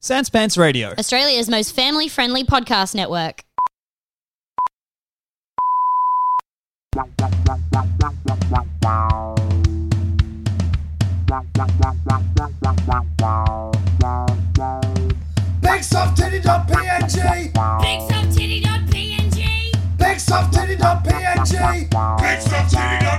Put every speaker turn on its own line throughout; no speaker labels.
Sans Pants Radio.
Australia's most family friendly podcast network.
BigSoftTitty.png
BigSoftTitty.png.
BigSoftTitty.png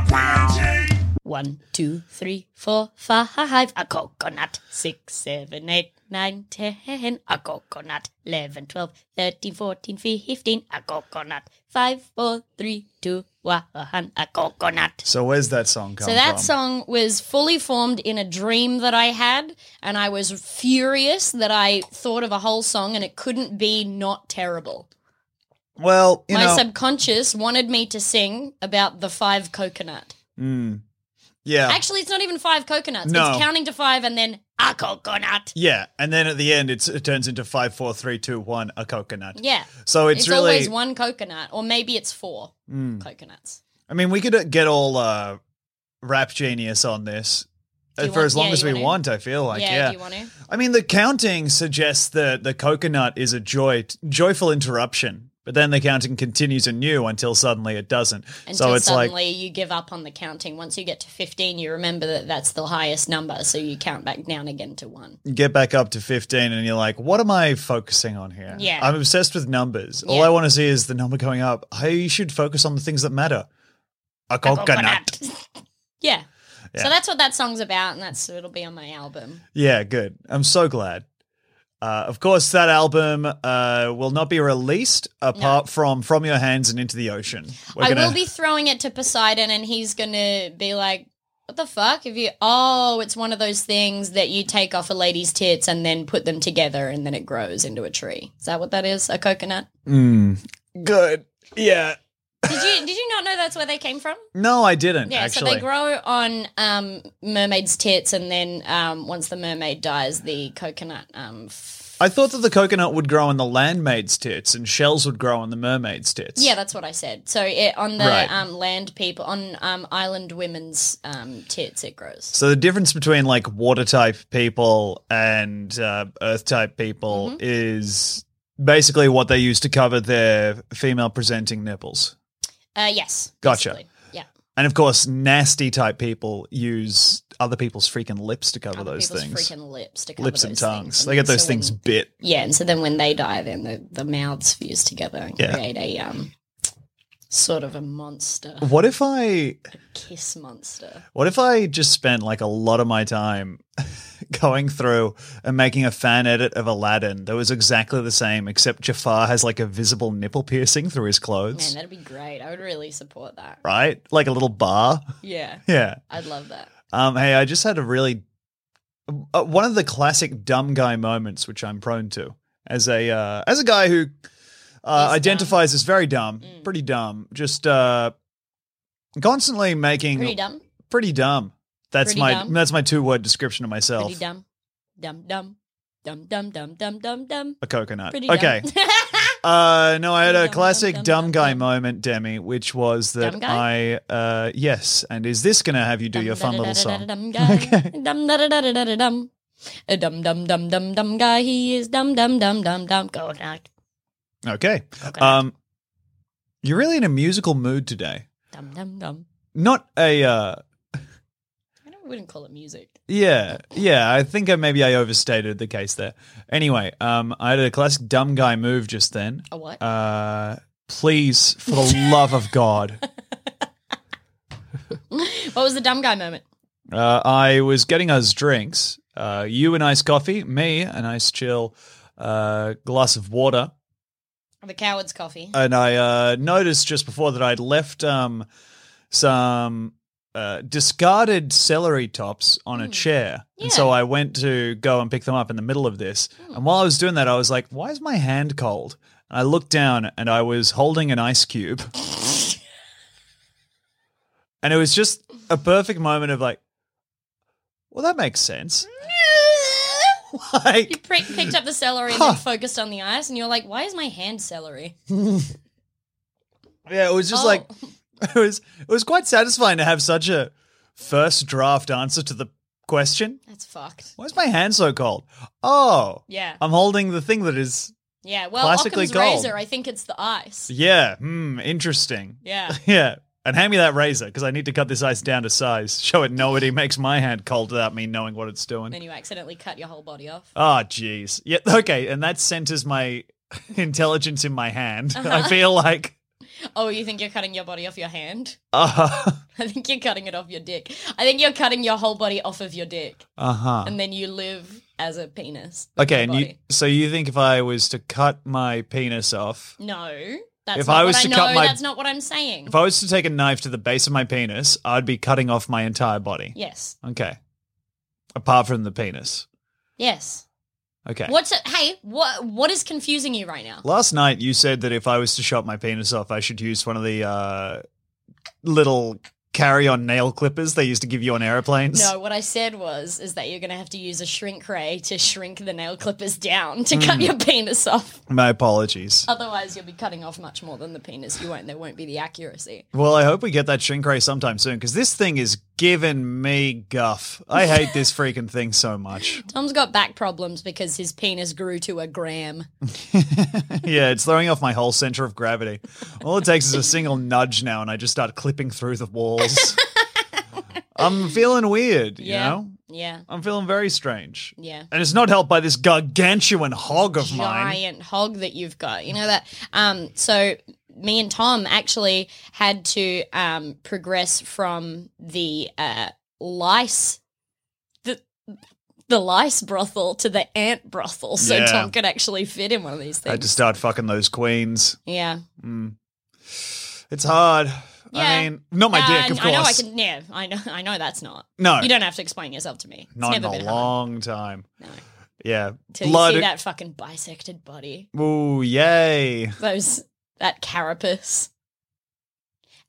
BigSoftTitty.png
One, two, three, four, five. A coconut. Six, seven, eight, nine, ten. A coconut. Eleven, twelve, thirteen, fourteen, fifteen. A coconut. Five, four, three, two, one. A coconut.
So where's that song come
So that
from?
song was fully formed in a dream that I had, and I was furious that I thought of a whole song and it couldn't be not terrible.
Well, you
My
know,
subconscious wanted me to sing about the five coconut.
mm, yeah,
Actually, it's not even five coconuts.
No.
It's counting to five and then a coconut.
yeah, and then at the end, it's, it turns into five, four, three, two, one, a coconut.
Yeah.
So it's,
It's,
really.
always one coconut, or maybe it's four
Mm.
coconuts.
I mean, we could uh, get all uh, rap genius on this
Do
uh,
you
for
want-
as long
yeah,
as
you
we
wanna-
want. I feel like,
yeah,
yeah.
do you want to?
I mean, the counting suggests that the coconut is a joy, joyful interruption, but then the counting continues anew until suddenly it doesn't.
Until
so it's
suddenly
like,
you give up on the counting. Once you get to 15, you remember that that's the highest number, so you count back down again to one.
you get back up to 15 and you're like, what am I focusing on here?
Yeah.
I'm obsessed with numbers. All
Yeah.
I want to see is the number going up. I should focus on the things that matter. A coconut.
yeah.
Yeah.
So that's what that song's about, and that's it'll be on my album.
Yeah, good. I'm so glad. Uh, of course, that album uh, will not be released apart from From Your Hands and Into the Ocean. We're
I
gonna-
will be throwing it to Poseidon, and he's gonna be like, "What the fuck? If you oh, it's one of those things that you take off a lady's tits and then put them together, and then it grows into a tree. Is that what that is? A coconut?
Mm. Good. Yeah.
Did you did you not know that's where they came from?
No, I didn't.
Yeah,
actually.
so they grow on um, mermaids' tits, and then um, once the mermaid dies, the coconut. Um, f-
I thought that the coconut would grow on the landmaid's tits and shells would grow on the mermaid's tits.
yeah, that's what I said. So it, on the
Right.
um, land people, on um, island women's um, tits, it grows.
So the difference between like water type people and uh, earth type people
Mm-hmm.
is basically what they use to cover their female presenting nipples.
Uh, yes.
Gotcha.
basically. Yeah.
And of course, nasty type people use other people's freaking lips to cover
Other
those
people's
things.
freaking lips to cover
Lips and
those
tongues.
things.
They get
then
those
so
things
when-
bit.
yeah, and so then when they die, then the, the mouths fuse together and
Yeah.
create a um, sort of a monster,
What if I
kiss monster.
what if I just spent like a lot of my time going through and making a fan edit of Aladdin that was exactly the same except Jafar has like a visible nipple piercing through his
Man,
clothes,
that'd be great. I would really support that.
right? Like a little bar.
Yeah,
Yeah.
I'd love that.
Um hey, I just had a really uh, one of the classic dumb guy moments which I'm prone to as a uh, as a guy who uh,
Is dumb.
identifies as very dumb,
Mm.
pretty dumb, just uh constantly making
Pretty dumb.
pretty dumb. That's
Pretty
my
dumb.
that's my two word description of myself.
Pretty dumb. Dumb, dumb. Dumb, dumb, dumb, dumb, dumb, dumb.
A coconut.
Pretty
okay.
dumb.
Uh, no, I had
Pretty
a
dumb,
classic
dumb,
dumb,
dumb,
guy
dumb.
moment, Demi, which was that
Dumb
I uh yes, and is this gonna have you do your fun little song?
Dum, da, da, da,
Okay.
da, dum, guy. Dum, da, da, da, da, da, da, dum. A dum, dum, dum, dum, dum guy. He is dum, dum, dum, dum, dum. Go knock.
Okay.
Coconut.
Um You're really in a musical mood today.
Dum, dum, dum.
Not a uh
I don't- wouldn't call it music.
Yeah, yeah. I think I, maybe I overstated the case there. Anyway, um, I had a classic dumb guy move just then.
A what?
Uh, please, for the love of God,
what was the dumb guy moment?
uh, I was getting us drinks. Uh, you an iced coffee, me an iced chill, uh, glass of water,
The coward's coffee.
and I uh, noticed just before that I'd left um some. Uh, discarded celery tops on a
Mm.
chair.
Yeah.
And so I went to go and pick them up in the middle of this. And while I was doing that, I was like, why is my hand cold? And I looked down and I was holding an ice cube. and it was just a perfect moment of like, well, that makes sense.
you
like,
prick, picked up the celery and then
Huh.
focused on the ice, and you're like, why is my hand celery?
yeah, it was just
Oh.
like, it was, it was quite satisfying to have such a first draft answer to the question.
That's fucked.
Why is my hand so cold? Oh,
Yeah.
I'm holding the thing that is.
Yeah. Well,
Classically
Occam's
gold.
razor, I think it's the ice.
Yeah, hmm, interesting.
Yeah.
Yeah. And hand me that razor because I need to cut this ice down to size. Show it nobody makes my hand cold without me knowing what it's doing.
then you accidentally cut your whole body off.
Oh, jeez. Yeah. Okay. And that centers my intelligence in my hand.
Uh-huh.
I feel like.
Oh, you think you're cutting your body off your hand?
Uh
I think you're cutting it off your dick. I think you're cutting your whole body off of your dick.
huh.
And then you live as a penis. with
Okay.
your
And you,
body.
so you think if I was to cut my penis off,
No. That's
If
not
I was
what
to
I know.
cut my-
That's not what I'm saying.
if I was to take a knife to the base of my penis, I'd be cutting off my entire body.
yes.
Okay. Apart from the penis.
Yes.
Okay.
What's it? Hey, what what is confusing you right now?
Last night you said that if I was to chop my penis off, I should use one of the uh, little carry-on nail clippers they used to give you on airplanes.
No, what I said was is that you're going to have to use a shrink ray to shrink the nail clippers down to cut your penis off.
My apologies.
Otherwise, you'll be cutting off much more than the penis. You won't. There won't be the accuracy.
Well, I hope we get that shrink ray sometime soon because this thing is giving me guff. I hate this freaking thing so much.
Tom's got back problems because his penis grew to a gram.
yeah, it's throwing off my whole center of gravity. All it takes is a single nudge now, and I just start clipping through the walls. I'm feeling weird, you
Yeah.
know?
Yeah.
I'm feeling very strange.
Yeah.
And it's not helped by this gargantuan hog of mine.
giant hog that you've got. You know that. Um, so me and Tom actually had to um, progress from the uh, lice, the the lice brothel to the ant brothel, so
Yeah.
Tom could actually fit in one of these
I had
things.
to start fucking those queens.
yeah,
Mm. It's hard.
Yeah.
I mean, not my
Uh,
dick, of
I know I
course.
can. Yeah, I know. I know that's not.
no,
You don't have to explain yourself to me. It's
not in
never
a
been hard
long time.
No.
Yeah,
till
blood.
you see that fucking bisected body.
Ooh, yay!
Those that carapace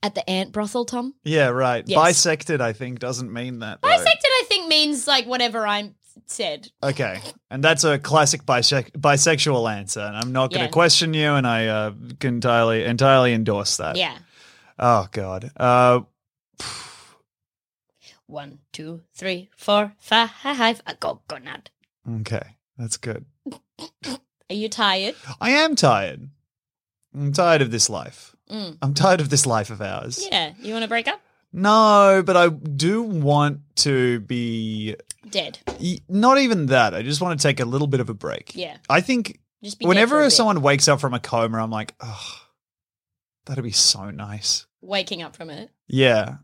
at the ant brothel, Tom.
Yeah, right.
Yes.
Bisected, I think, doesn't mean that. though.
Bisected, I think, means like whatever I'm said.
Okay, and that's a classic bisec- bisexual answer, and I'm not going to
Yeah.
question you, and I uh, can entirely entirely endorse that.
Yeah.
Oh God. Uh,
One, two, three, four, five, a coconut.
okay, that's good.
Are you tired?
I am tired. I'm tired of this life.
Mm.
I'm tired of this life of ours.
Yeah. You want to break up?
No, but I do want to be
Dead.
y- not even that. I just want to take a little bit of a break.
Yeah.
I think
Just be dead for a
whenever
bit.
someone wakes up from a coma, I'm like, oh, that'd be so nice.
waking up from it.
Yeah.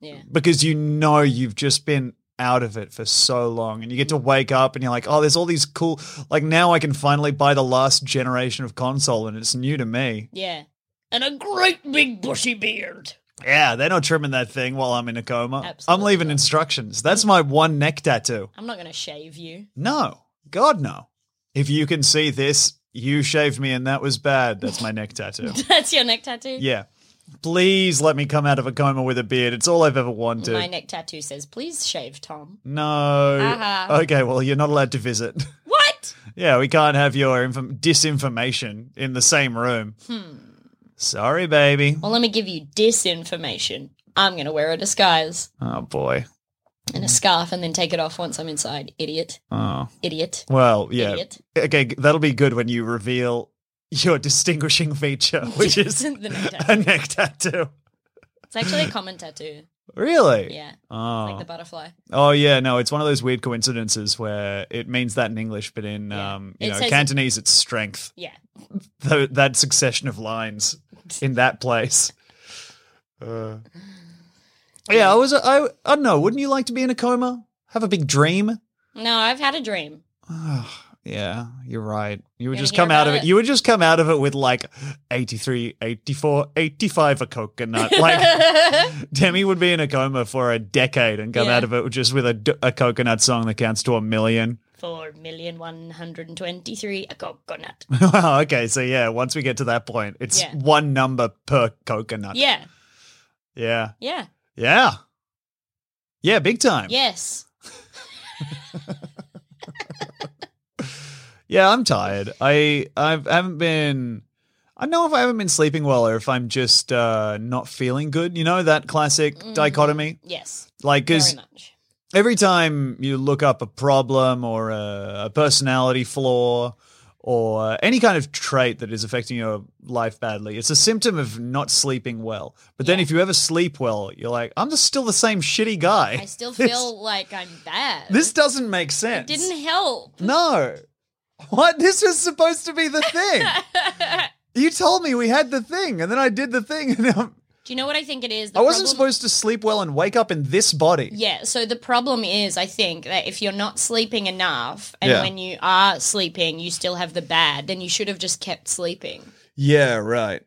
Yeah.
Because you know you've just been out of it for so long and you
Mm.
get to wake up and you're like, oh, there's all these cool. Like now I can finally buy the last generation of console and it's new to me.
Yeah. And a great big bushy beard.
Yeah, they're not trimming that thing while I'm in a coma. I'm
Absolutely
leaving
not.
instructions. That's my one neck tattoo.
I'm not going to shave you.
No, God, no. If you can see this, you shaved me and that was bad. That's my neck tattoo.
That's your neck tattoo?
Yeah. Please let me come out of a coma with a beard. It's all I've ever wanted.
My neck tattoo says, please shave Tom.
no.
Uh-huh.
Okay, well, you're not allowed to visit.
What?
yeah, we can't have your inform- disinformation in the same room.
Hmm.
Sorry, baby.
Well, let me give you disinformation. I'm going to wear a disguise
Oh, boy.
and
Mm-hmm.
a scarf and then take it off once I'm inside. Idiot.
Oh.
Idiot.
Well, yeah.
Idiot.
Okay, g- that'll be good when you reveal your distinguishing feature, which is
the neck tattoo.
a neck tattoo.
It's actually a common tattoo.
Really?
Yeah,
Oh.
like the butterfly.
Oh yeah, no, it's one of those weird coincidences where it means that in English, but in
Yeah.
um, you
It
know
says-
Cantonese, it's strength.
Yeah.
Tho- that succession of lines in that place. Uh, yeah, I was. I I don't know. Wouldn't you like to be in a coma? Have a big dream?
No, I've had a dream.
Ah, yeah, you're right. You would
Gonna
just
hear
come out of
about
it.
it.
You would just come out of it with like 83, 84, 85 a coconut. Uh, Like Demi would be in a coma for a decade and come
Yeah.
out of it just with a, d- a coconut song that counts to a million.
Four million one hundred and twenty-three a coconut.
Wow, okay, so yeah, once we get to that point, it's
Yeah.
one number per coconut.
Yeah,
Yeah.
yeah,
Yeah. Yeah, big time.
yes.
Yeah, I'm tired. I I've, I haven't been I don't know if I haven't been sleeping well or if I'm just uh not feeling good. You know that classic
Mhm.
dichotomy?
Yes,
Like
very
cuz
much.
every time you look up a problem or a, a personality flaw or any kind of trait that is affecting your life badly, it's a symptom of not sleeping well. But then
Yeah.
if you ever sleep well, you're like, I'm just still the same shitty guy.
I still
This-
feel like I'm bad.
This doesn't make sense.
didn't help.
No. What? This was supposed to be the thing. you told me we had the thing, and then I did the thing, and I'm-
Do you know what I think it is? The
I wasn't
problem-
supposed to sleep well and wake up in this body.
Yeah, so the problem is, I think, that if you're not sleeping enough and
Yeah.
when you are sleeping, you still have the bad, then you should have just kept sleeping.
Yeah, right.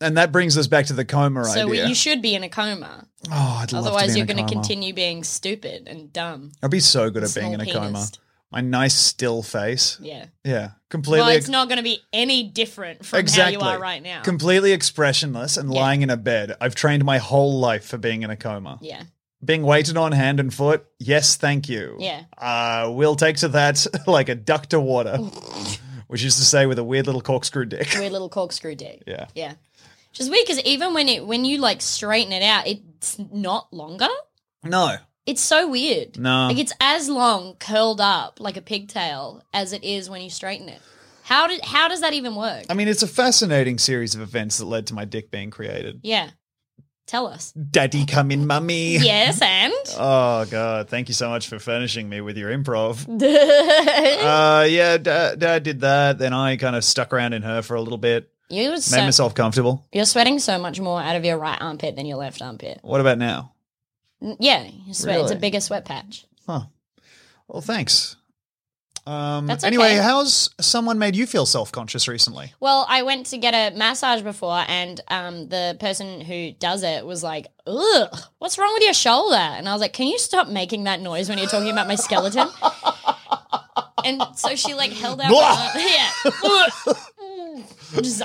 And that brings us back to the coma
So
idea.
you should be in a coma.
oh, I'd love to
Otherwise,
be
you're
in a
going to
coma.
continue being stupid and dumb.
I'd be so good at
Small
being in a coma.
penis.
My nice still face.
Yeah.
Yeah, completely.
Well, it's
ex-
not going to be any different from
exactly.
how you are right now.
Completely expressionless and
Yeah.
lying in a bed. I've trained my whole life for being in a coma.
yeah.
Being weighted on hand and foot. Yes, thank you.
Yeah.
Uh, Will takes to that like a duck to water, which is to say, with a weird little corkscrew dick.
Weird little corkscrew dick.
Yeah.
Yeah. Which is weird because even when it when you like straighten it out, it's not longer.
No,
It's so weird.
no.
Like it's as long curled up like a pigtail as it is when you straighten it. How did how does that even work?
I mean, it's a fascinating series of events that led to my dick being created.
yeah. Tell us.
Daddy, come in, mummy.
yes,
Oh god, thank you so much for furnishing me with your improv.
and
Uh, yeah, dad, dad did that. Then I kind of stuck around in her for a little bit,
you
uh, made
so,
myself comfortable.
you're sweating so much more out of your right armpit than your left armpit.
What about now?
N- Yeah, you sweat. It's a
Really?
bigger sweat patch.
Well, thanks. Um,
That's
anyway,
okay.
how's someone made you feel self conscious recently?
Well, I went to get a massage before, and um, the person who does it was like, "Ugh, what's wrong with your shoulder?" And I was like, "Can you stop making that noise when you're talking about my skeleton?" and so she like held out, my arm. yeah. Just,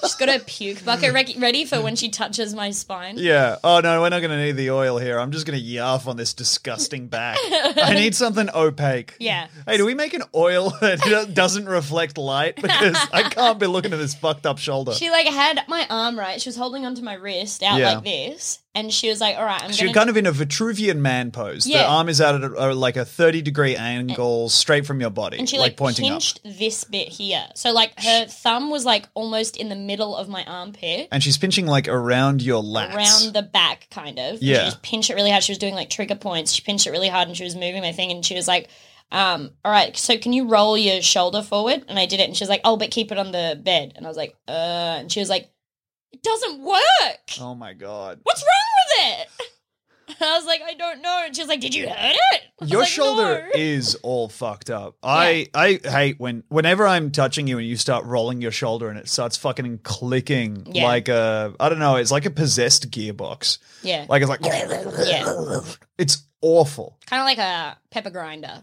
she's got her puke bucket re- ready for when she touches my spine.
Yeah. Oh no, we're not going to need the oil here. I'm just going to yarf on this disgusting back. I need something opaque.
Yeah.
Hey, do we make an oil that doesn't reflect light? Because I can't be looking at this fucked up shoulder.
She like had my arm right. She was holding onto my wrist out
Yeah.
like this, and she was like, "All right, I'm
She's
gonna."
kind of in a Vitruvian man pose. The
Yeah.
arm is at a, a, like a 30 degree angle straight from your body,
and she
like,
like,
pointing up.
pinched this bit here. So like her thumb was like almost in the middle of my armpit,
And she's pinching like around your lats.
around the back, kind of. And
Yeah.
she just pinched it really hard. She was doing like trigger points. She pinched it really hard, and she was moving my thing. And she was like, um, "All right, so can you roll your shoulder forward?" And I did it, and she was like, "Oh, but keep it on the bed." And I was like, "Uh," and she was like, "It doesn't work.
oh my God.
What's wrong with it?" I was like, "I don't know." And she was like, "Did you hurt it?" I was
Your
like,
shoulder
"No."
is all fucked up. I, I hate when whenever I'm touching you and you start rolling your shoulder and it starts fucking clicking
Yeah.
like a I don't know, it's like a possessed gearbox.
Yeah,
Like it's like
Yeah.
It's awful.
kind of like a pepper grinder.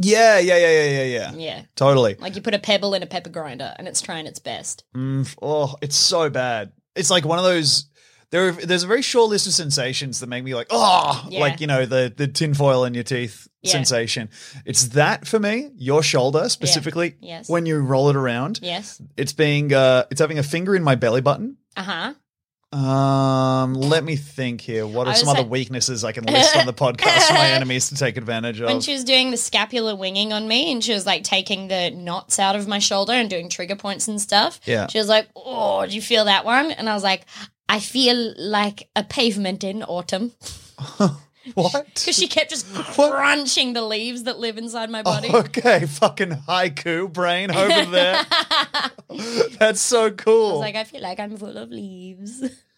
Yeah, yeah, yeah, yeah, yeah, yeah.
Yeah.
Totally.
Like you put a pebble in a pepper grinder and it's trying its best.
Mm, oh, it's so bad. It's like one of those. There, are, there's a very short list of sensations that make me like, oh,
Yeah.
like you know the the tinfoil in your teeth
Yeah.
sensation. It's that for me. Your shoulder specifically.
Yes.
When you roll it around,
yes.
it's being uh, it's having a finger in my belly button.
Uh huh.
Um, let me think here. What
I
are
was
some other
like-
weaknesses I can list on the podcast for my enemies to take advantage
When
of?
she was doing the scapular winging on me and she was like taking the knots out of my shoulder and doing trigger points and stuff,
Yeah.
she was like, Oh, do you feel that one? And I was like, I feel like a pavement in autumn.
what?
Because she kept just crunching the leaves that live inside my body.
Okay, fucking haiku brain Oh, over there. Oh. That's so cool.
I was like, I feel like I'm full of leaves.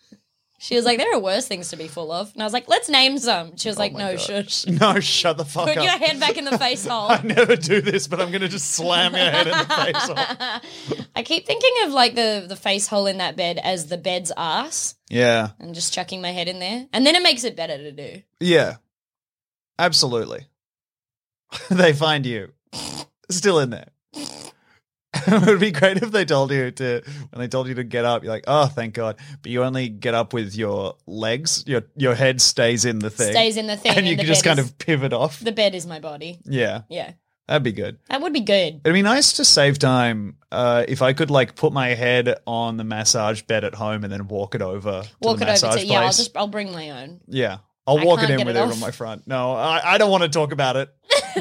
She was like, There are worse things to be full of. And I was like, Let's name some. She was like, No, shush.
Oh No, shut the fuck
Put
up.
your head back in the face hole.
I never do this, but I'm going to just slam your head in the face. off.
I keep thinking of like the the face hole in that bed as the bed's ass
Yeah.
and just chucking my head in there. And then it makes it better to do.
Yeah. Absolutely. they find you still in there. it would be great if they told you to when they told you to get up you're like oh thank god but you only get up with your legs your your head stays in the thing
Stays in the thing.
and you
the
can just
bed
kind
is-
of pivot off
the bed is my body.
yeah
Yeah.
that'd be good
That would be good.
It'd be nice to save time uh, if I could like put my head on the massage bed at home and then walk it over. To
Walk
the
it over to
massage
yeah, I'll
place.
just I'll bring my own.
yeah. I'll
I
walk it
can't
in
get
with
it
it on
off.
my front. No, I, I don't want to talk about it.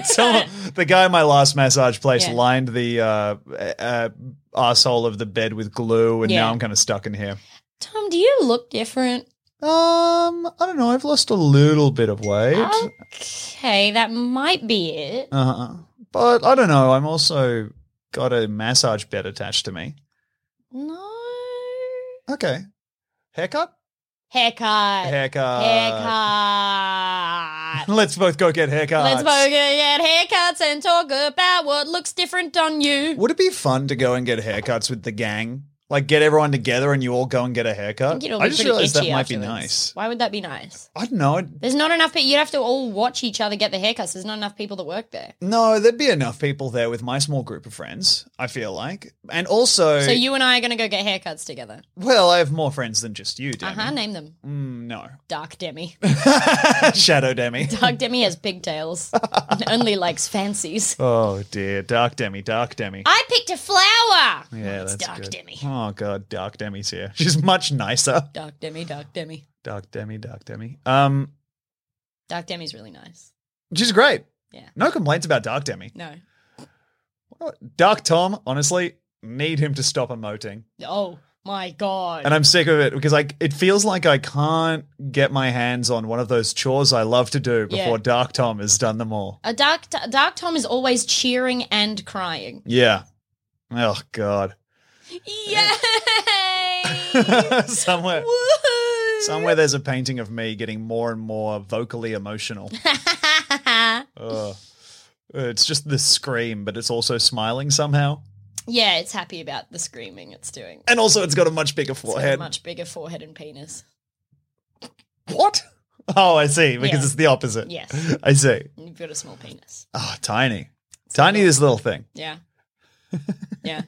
So the guy in my last massage place
Yeah.
lined the uh, uh, asshole of the bed with glue, and
Yeah.
now I'm kind of stuck in here.
Tom, do you look different?
Um, I don't know. I've lost a little bit of weight.
Okay, that might be it.
Uh-huh. But I don't know. I'm also got a massage bed attached to me.
No.
Okay. Haircut?
Haircut.
Haircut.
Haircut.
Let's both go get haircuts.
Let's both get haircuts and talk about what looks different on you.
Would it be fun to go and get haircuts with the gang? Like get everyone together and you all go and get a
I,
haircut?
think it'll
I
be
just
pretty
realized that
itchy
might be
afterwards.
nice.
Why would that be nice?
I don't know.
There's not enough people. You'd have to all watch each other get the haircuts. There's not enough people that work there.
No, there'd be enough people there with my small group of friends, I feel like. And also,
So you and I are going to go get haircuts together.
well, I have more friends than just you,
Uh
Demi.
huh. Name them.
Mm, no.
Dark Demi.
Shadow Demi.
Dark Demi has pigtails and only likes fancies.
Oh dear, Dark Demi, Dark Demi.
I picked a flower.
yeah,
it's
that's
Dark
good.
Demi.
Oh god, Dark Demi's here. She's much nicer.
Dark Demi, Dark Demi.
Dark Demi, Dark Demi. Um,
Dark Demi's really nice.
she's great.
Yeah.
No complaints about Dark Demi.
No.
Dark Oh, Tom, honestly, need him to stop emoting.
Oh my god.
And I'm sick of it because like it feels like I can't get my hands on one of those chores I love to do
Yeah.
before Dark Tom has done them all.
a dark Dark Tom is always cheering and crying.
Yeah. Oh god.
Yay!
somewhere
Woohoo!
somewhere there's a painting of me getting more and more vocally emotional. Ugh. It's just the scream, but it's also smiling somehow.
yeah, it's happy about the screaming it's doing.
And also, it's got a much bigger
It's got a
forehead.
much bigger forehead and penis.
what? Oh, I see. Because
Yeah.
it's the opposite.
Yes.
I see.
And You've got a small penis.
Oh, tiny. Tiny, this little thing.
Yeah. Yeah.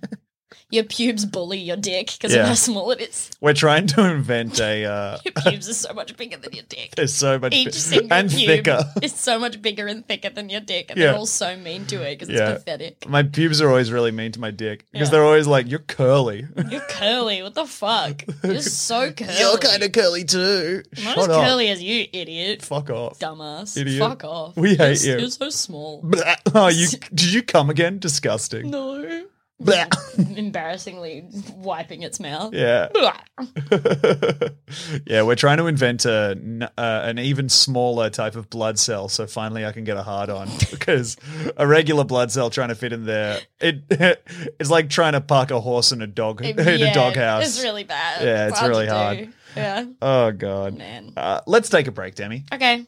Your pubes bully your dick because
Yeah.
of how small it is.
We're trying to invent a. Uh,
Your pubes are so much bigger than your dick.
there's so much.
Each
bi-
single
and
pube
thicker.
is so much bigger and thicker than your dick, and
Yeah.
they're all so mean to it because
Yeah.
it's pathetic.
My pubes are always really mean to my dick because
Yeah.
they're always like, you're curly.
You're curly. What the fuck? You're so curly.
You're kind of curly too.
not
Shut
as
up.
curly as you, idiot.
Fuck off.
Dumbass.
Idiot.
Fuck off.
We
You're
hate
s-
you.
You're so small.
Blah. Oh, you did you come again? Disgusting.
No.
Blah.
Embarrassingly wiping its mouth.
Yeah.
Blah.
yeah, we're trying to invent a, n- uh, an even smaller type of blood cell, so finally I can get a hard on because a regular blood cell trying to fit in there, it it's like trying to park a horse in a dog in
Yeah,
a doghouse.
It's really bad.
Yeah, it's really
to
hard.
do. Yeah,
oh god.
man.
Uh, let's take a break, Demi.
Okay.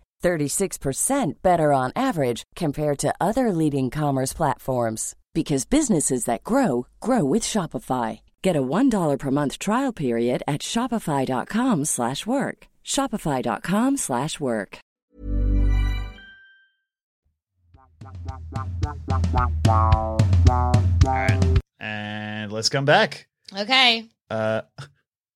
36% better on average compared to other leading commerce platforms because businesses that grow grow with Shopify. Get a $1 per month trial period at shopify.com/work. slash work. shopify.com/work. slash work.
And let's come back.
Okay.
Uh,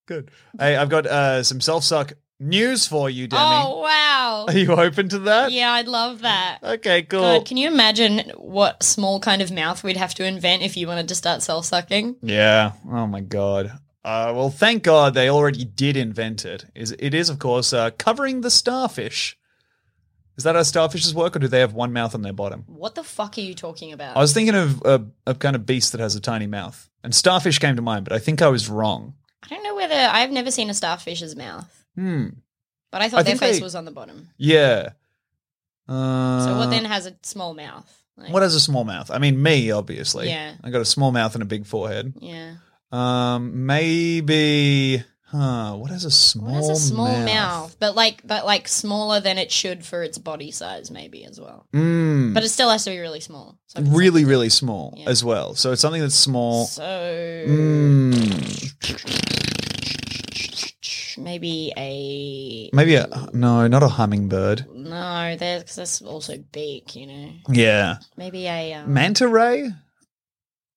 good. Hey, I've got uh, some self suck news for you, Demi.
Oh wow.
Are you open to that?
Yeah, I'd love that.
Okay, cool.
God, can you imagine what small kind of mouth we'd have to invent if you wanted to start self sucking?
Yeah. Oh my god. Uh, well, thank God they already did invent it. Is it is of course uh, covering the starfish. Is that how starfishes work, or do they have one mouth on their bottom?
What the fuck are you talking about?
I was thinking of a, a kind of beast that has a tiny mouth, and starfish came to mind, but I think I was wrong.
I don't know whether I've never seen a starfish's mouth,
Hmm.
but I thought
I
their
think
face
they-
was on the bottom.
Yeah. Uh,
So what then has a small mouth? Like,
What has a small mouth? I mean, me obviously.
Yeah.
I got a small mouth and a big forehead.
Yeah.
Um, maybe. Huh. What has a small?
What has a small mouth?
mouth?
but like, but like smaller than it should for its body size, maybe as well.
Mm.
But it still has to be really small. So it's
really, really small
Yeah.
as well. So it's something that's
like-
small.
so
Mm.
Maybe a
Maybe a no, not a hummingbird.
no. There's because that's also beak. You know.
Yeah,
Maybe a um,
manta ray,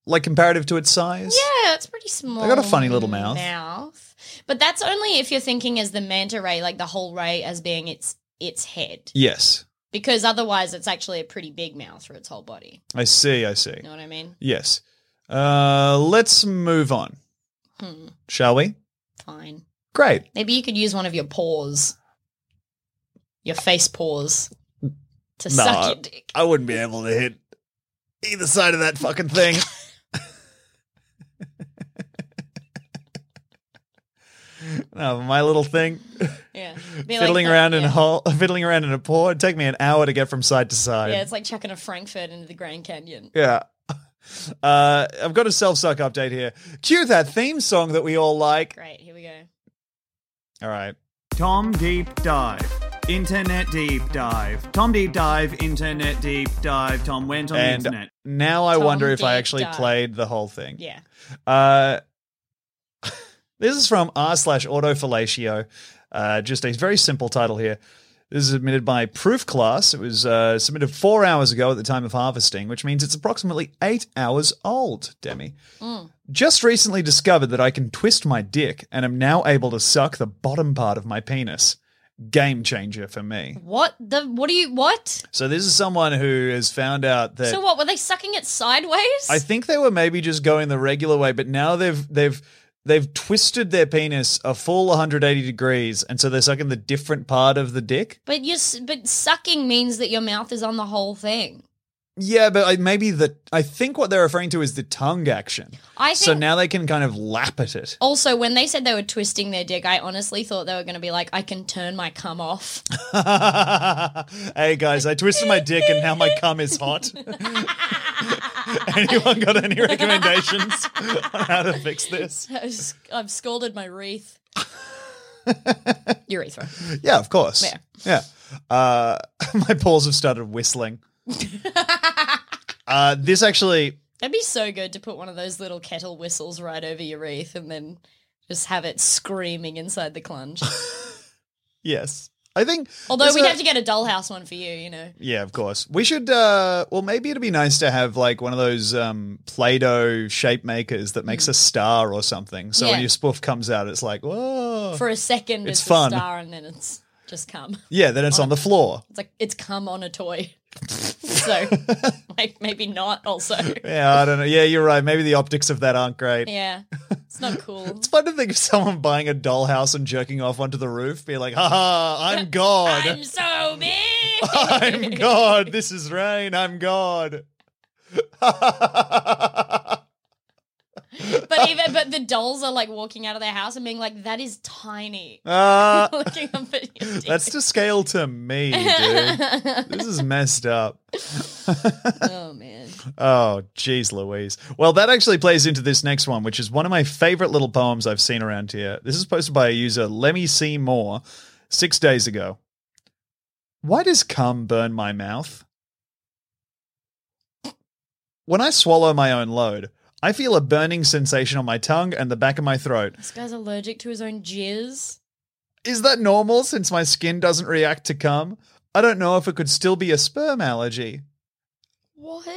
like comparative to its size.
Yeah, it's pretty small.
got a funny little mouth.
Mouth, but that's only if you're thinking as the manta ray, like the whole ray as being its its head,
Yes,
because otherwise it's actually a pretty big mouth for its whole body.
I see. I see.
You know what I mean?
Yes. Uh, let's move on,
Hmm.
shall we?
Fine.
Great.
Maybe you could use one of your paws, your face paws, to
No.
suck your dick.
I wouldn't be able to hit either side of that fucking thing. no, my little thing
Yeah,
fiddling around in
in
a hole, fiddling around in a paw. It'd take me an hour to get from side to side.
Yeah, it's like chucking a Frankfurt into the Grand Canyon.
Yeah. Uh, I've got a self suck update here. Cue that theme song that we all like.
Great, here we go.
All right.
Tom Deep Dive. Internet Deep Dive. Tom Deep Dive, Internet Deep Dive. Tom went on
And-
the internet.
Now I
Tom
wonder if I
Deep
actually
Dive.
played the whole thing.
Yeah,
Uh, this is from r slash autofellatio. Uh, just a very simple title here. This is admitted by Proof Class. It was uh, submitted four hours ago at the time of harvesting, which means it's approximately eight hours old, Demi. Just recently discovered that I can twist my dick and am now able to suck the bottom part of my penis. Game changer for me.
what the? What do you? What?
So, this is someone who has found out that.
So what were they sucking it sideways?
I think they were maybe just going the regular way, but now they've they've they've twisted their penis a full 180 degrees, and so they're sucking the different part of the dick.
but you s- but sucking means that your mouth is on the whole thing.
Yeah, but I, maybe the I think what they're referring to is the tongue action.
I think
So now they can kind of lap at it.
also when they said they were twisting their dick, I honestly thought they were going to be like, I can turn my cum off.
hey guys, I twisted my dick, and now my cum is hot. Anyone got any recommendations on how to fix this?
I've s- I've scalded my wreath. Urethra.
Yeah, of course.
Yeah.
Yeah. Uh, my paws have started whistling. uh, this actually,
That'd be so good to put one of those little kettle whistles right over your wreath and then just have it screaming inside the clunge.
yes. I think.
Although
there's
we'd
a-
have to get a dollhouse one for you, you know.
Yeah, of course. We should. Uh, well, maybe it'd be nice to have like one of those um, Play-Doh shape makers that makes a star or something. So when
Mm. Yeah.
your spoof comes out, it's like, whoa.
For a second,
Oh. It's
it's,
fun.
a star, and then it's just cum.
yeah, then it's on the floor.
It's like it's cum on a toy. so like maybe not. Also,
Yeah, I don't know. Yeah, you're right. Maybe the optics of that aren't great.
yeah, it's not cool.
It's fun to think of someone buying a dollhouse and jerking off onto the roof, be like, haha, I'm God.
I'm so big.
Oh, I'm God. This is rain. I'm God. Ah,
but even but the dolls are like walking out of their house and being like, "That is tiny."
Ah,
Looking up at your dick.
that's to scale to me, dude. This is messed up.
oh man.
Oh, geez, Louise. Well, that actually plays into this next one, which is one of my favorite little poems I've seen around here. This is posted by a user, Lemmy See More, six days ago. Why does cum burn my mouth? When I swallow my own load, I feel a burning sensation on my tongue and the back of my throat.
This guy's allergic to his own jizz.
Is that normal since my skin doesn't react to cum? I don't know if it could still be a sperm allergy.
What?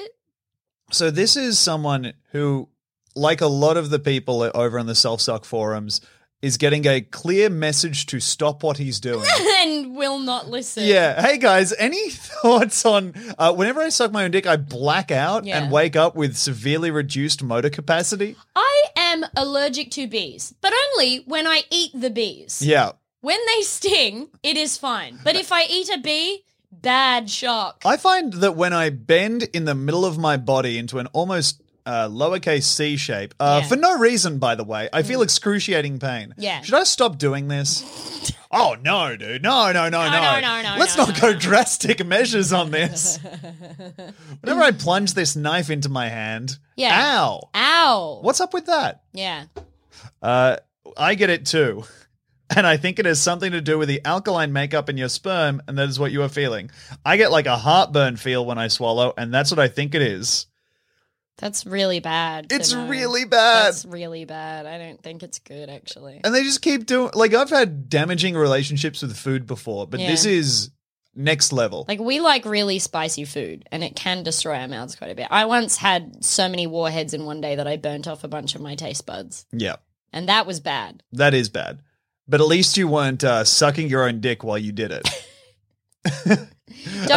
So this is someone who, like a lot of the people over on the self suck forums, is getting a clear message to stop what he's doing.
and will not listen.
yeah. Hey guys, any thoughts on uh, whenever I suck my own dick, I black out
Yeah.
and wake up with severely reduced motor capacity?
I am allergic to bees, but only when I eat the bees.
Yeah.
When they sting, it is fine. But if I eat a bee, bad shock.
I find that when I bend in the middle of my body into an almost uh, lowercase C shape, uh,
Yeah. Mm.
for no reason, by the way, I feel excruciating pain.
Yeah.
Should I stop doing this? oh, no, dude. No, no, no, no.
no, no, no,
Let's
no,
not
no,
go
no.
drastic measures on this. Whenever I plunge this knife into my hand,
Yeah.
ow.
Ow.
What's up with that?
Yeah.
Uh, I get it too. And I think it has something to do with the alkaline makeup in your sperm, and that is what you are feeling. I get like a heartburn feel when I swallow, and that's what I think it is.
That's really bad. to
It's
know.
really bad.
That's really bad. I don't think it's good, actually.
And they just keep doing like I've had damaging relationships with food before, but
Yeah.
this is next level.
Like we like really spicy food, and it can destroy our mouths quite a bit. I once had so many warheads in one day that I burnt off a bunch of my taste buds,
yeah,
and that was bad.
that is bad. But at least you weren't uh, sucking your own dick while you did it.
Don't.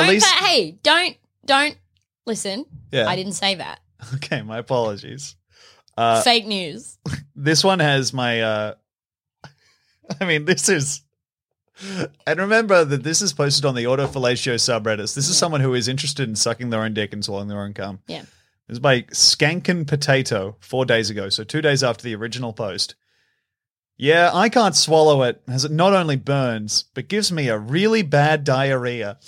least-
but hey, don't don't listen.
Yeah.
I didn't say that.
okay, my apologies. Uh,
Fake news.
this one has my. Uh, I mean, this is. And remember that this is posted on the Auto Fellatio subreddits. This is someone who is interested in sucking their own dick and swallowing their own cum.
Yeah.
This is by Skankin Potato four days ago, so two days after the original post. Yeah, I can't swallow it as it not only burns, but gives me a really bad diarrhea.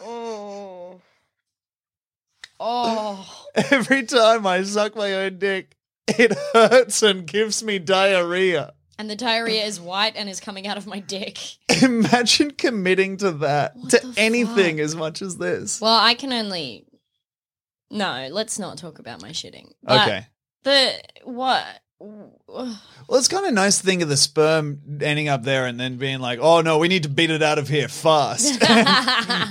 Oh. Oh.
Every time I suck my own dick, it hurts and gives me diarrhea.
And the diarrhea is white and is coming out of my dick.
Imagine committing to that, to
the
anything
fuck?
as much as this.
Well, I can only. No, let's not talk about my shitting. But
okay.
The what? Ugh.
Well, it's kind of nice thing of the sperm ending up there and then being like, oh no, we need to beat it out of here fast.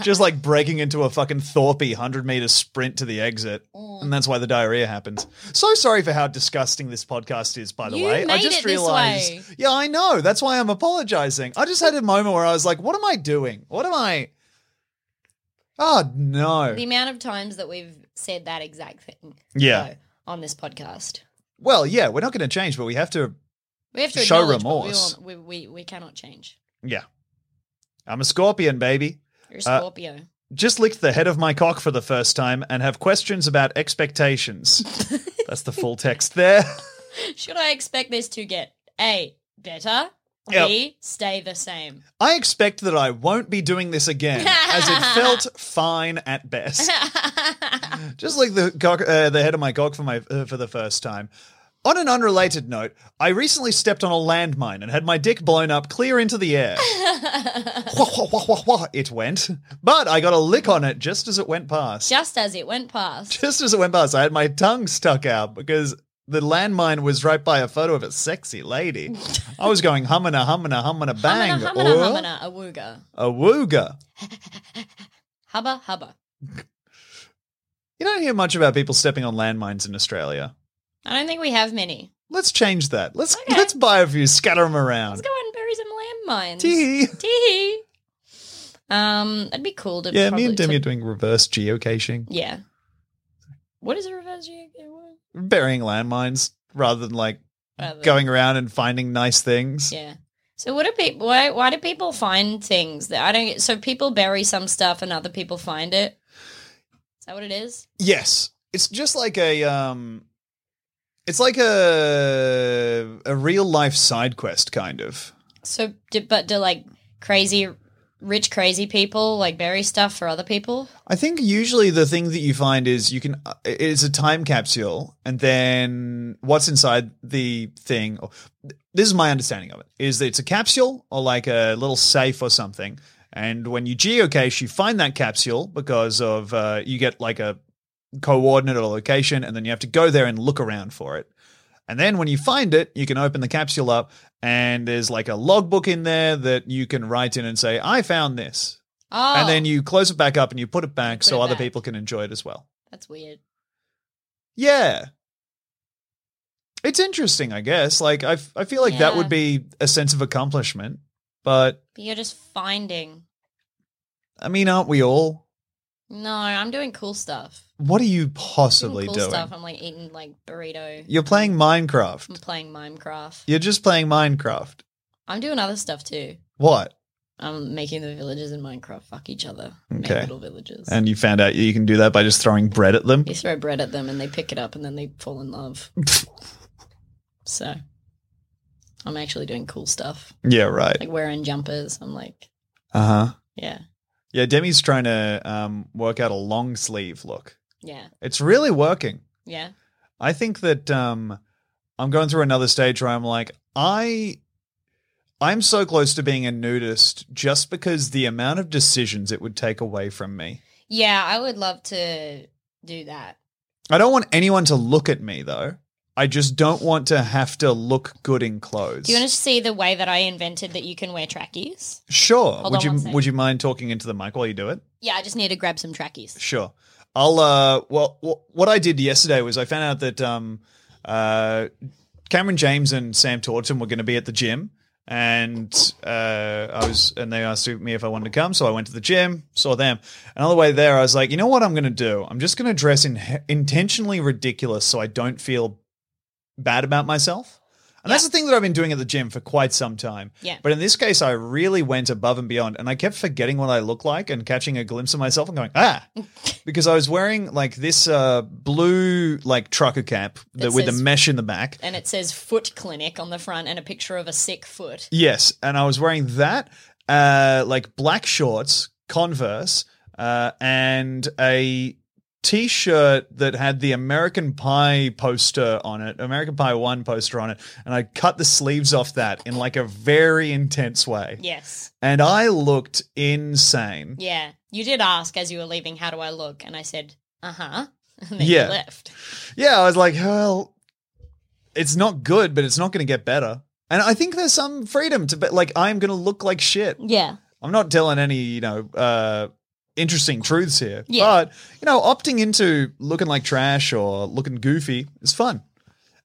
Just like breaking into a fucking Thorpey 100 meter sprint to the exit.
Mm.
And that's why the diarrhea happens. So sorry for how disgusting this podcast is, by the
You
way. I
made
just
it this
realized.
way.
Yeah, I know. That's why I'm apologizing. I just had a moment where I was like, what am I doing? What am I. Oh no.
The amount of times that we've said that exact thing.
Yeah.
though, on this podcast,
Well, yeah, we're not going to change, but we have to.
we have to
Show
acknowledge what
remorse.
We, want- we, we we cannot change.
Yeah. I'm a scorpion, baby.
You're a
Uh,
Scorpio.
Just licked the head of my cock for the first time and have questions about expectations. That's the full text there.
Should I expect this to get a better?
Yep.
B stay the same.
I expect that I won't be doing this again, as it felt fine at best. Just like the cock, uh, the head of my cock for my uh, for the first time. On an unrelated note, I recently stepped on a landmine and had my dick blown up clear into the air. Wah, wah, wah, wah, wah, it went, but I got a lick on it just as it went past.
Just as it went past.
Just as it went past, I had my tongue stuck out because the landmine was right by a photo of a sexy lady. I was going hummina, hummina, hummina, bang,
Hummina, hummina,
or
hummina, awooga.
a wooga.
Hubba, hubba.
You don't hear much about people stepping on landmines in Australia.
I don't think we have many.
Let's change that. Let's
Okay.
let's buy a few, scatter them
Let's
around.
go and bury some landmines.
Tee.
Tee. Um, that'd be cool to.
Yeah, me
probably
and Demi
to-
are doing reverse geocaching,
Yeah. What is a reverse geo? what?
burying landmines rather than like
Rather-
going around and finding nice things.
Yeah. So what do people? Why, why do people find things that I don't? get- So people bury some stuff and other people find it. Is that what it is?
Yes. It's just like a um it's like a a real life side quest kind of.
So, do, but do like crazy, rich, crazy people like bury stuff for other people?
I think usually the thing that you find is you can it is a time capsule and then what's inside the thing or this is my understanding of it is that it's a capsule or like a little safe or something and when you geocache you find that capsule because of uh, you get like a coordinate or location and then you have to go there and look around for it and then when you find it you can open the capsule up and there's like a logbook in there that you can write in and say i found this
Oh,
and then you close it back up and you put it back so
it
other
back.
people can enjoy it as well.
that's weird.
Yeah. It's interesting, I guess. Like I, f- I feel like that
Yeah.
would be a sense of accomplishment, but
But you're just finding.
I mean, aren't we all?
No, I'm doing cool stuff.
What are you
Doing
possibly
cool
doing?
stuff. Mm. I'm like eating like burrito.
You're playing Minecraft.
I'm playing Minecraft.
You're just playing Minecraft.
I'm doing other stuff too.
What?
I'm making the villagers in Minecraft fuck each other. Make
Okay.
little villages.
And you found out you can do that by just throwing bread at them?
you throw bread at them and they pick it up and then they fall in love. so I'm actually doing cool stuff.
Yeah, right.
Like wearing jumpers. I'm like,
Uh huh.
yeah,
Yeah, Demi's trying to um, work out a long sleeve look.
yeah,
It's really working.
yeah.
I think that um, I'm going through another stage where I'm like, I, I'm so close to being a nudist just because the amount of decisions it would take away from me.
Yeah, I would love to do that.
I don't want anyone to look at me though. I just don't want to have to look good in clothes.
Do you want to see the way that I invented that you can wear trackies?
sure.
Hold
would
on
you
one sec.
would you mind talking into the mic while you do it?
Yeah, I just need to grab some trackies.
Sure. I'll uh well wh- what I did yesterday was I found out that um uh Cameron James and Sam Torton were going to be at the gym and uh I was and they asked me if I wanted to come so I went to the gym saw them and on the way there I was like you know what I'm going to do I'm just going to dress in intentionally ridiculous so I don't feel bad about myself and that's the thing that I've been doing at the gym for quite some time
Yeah.
but in this case I really went above and beyond and I kept forgetting what I look like and catching a glimpse of myself and going ah because I was wearing like this uh, blue like trucker cap that
That
with
says-
the mesh in the back.
And it says foot clinic on the front and a picture of a sick foot.
Yes, and I was wearing that uh, like black shorts, Converse, uh, and a t-shirt that had the American Pie poster on it, American Pie One poster on it, and I cut the sleeves off that in like a very intense way,
Yes.
and I looked insane.
Yeah. You did ask as you were leaving, how do I look? And I said, uh huh. And then
Yeah.
you left.
Yeah, I was like, well, it's not good, but it's not going to get better. And I think there's some freedom to, be, like, I'm going to look like shit.
Yeah.
I'm not telling any, you know, uh, interesting truths here.
Yeah.
But, you know, opting into looking like trash or looking goofy is fun.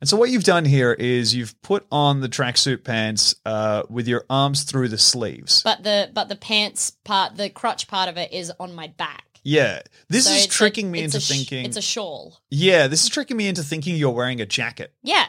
And so what you've done here is you've put on the tracksuit pants uh, with your arms through the sleeves.
But the but the pants part, the crotch part of it is on my back.
yeah. This
So
is
it's a-
tricking me
it's
into
a sh-
thinking.
it's a shawl.
yeah, this is tricking me into thinking you're wearing a jacket.
Yeah.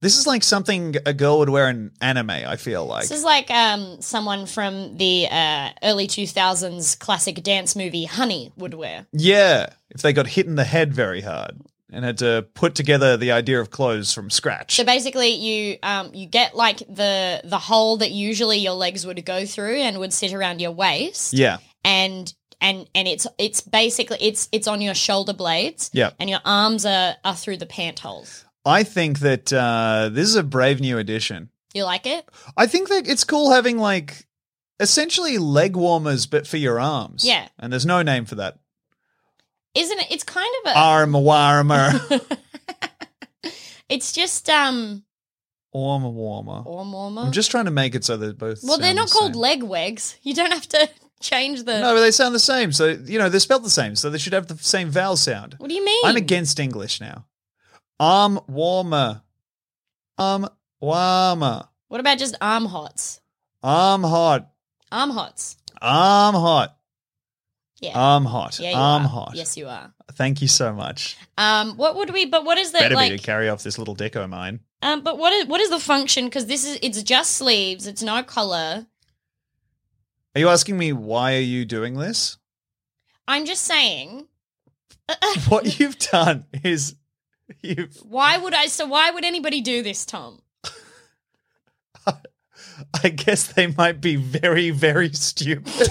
This is like something a girl would wear in anime, I feel like.
This is like um, someone from the uh, early 2000s classic dance movie Honey would wear.
yeah, if they got hit in the head very hard and had to put together the idea of clothes from scratch.
So basically, you um, you get like the the hole that usually your legs would go through and would sit around your waist,
Yeah,
and and and it's it's basically it's it's on your shoulder blades,
yeah.
and your arms are are through the pant holes.
I think that uh, this is a brave new addition.
You like it?
I think that it's cool having like essentially leg warmers, but for your arms.
Yeah.
And there's no name for that.
Isn't it? It's kind of a.
Arm warmer.
it's just um.
Arm warmer.
Or more.
I'm just trying to make it so they're both.
Well, they're
sound
not
the
called
same.
leg wags. You don't have to change the.
No, but they sound the same. So, you know, they're spelled the same. So they should have the same vowel sound.
What do you mean?
I'm against English now. Arm warmer. Arm warmer.
What about just arm hots?
Arm hot.
Arm hots.
Arm hot.
Yeah.
Arm hot.
yeah, you
Arm
are.
hot.
Yes, you are.
Thank you so much.
Um, what would we? But what is the
Better be
like?
to carry off this little deco mine.
Um, but what is what is the function? Because this is it's just sleeves. It's no collar.
Are you asking me why are you doing this?
I'm just saying.
What you've done is you've
Why would I? So why would anybody do this, Tom?
I guess they might be very, very stupid.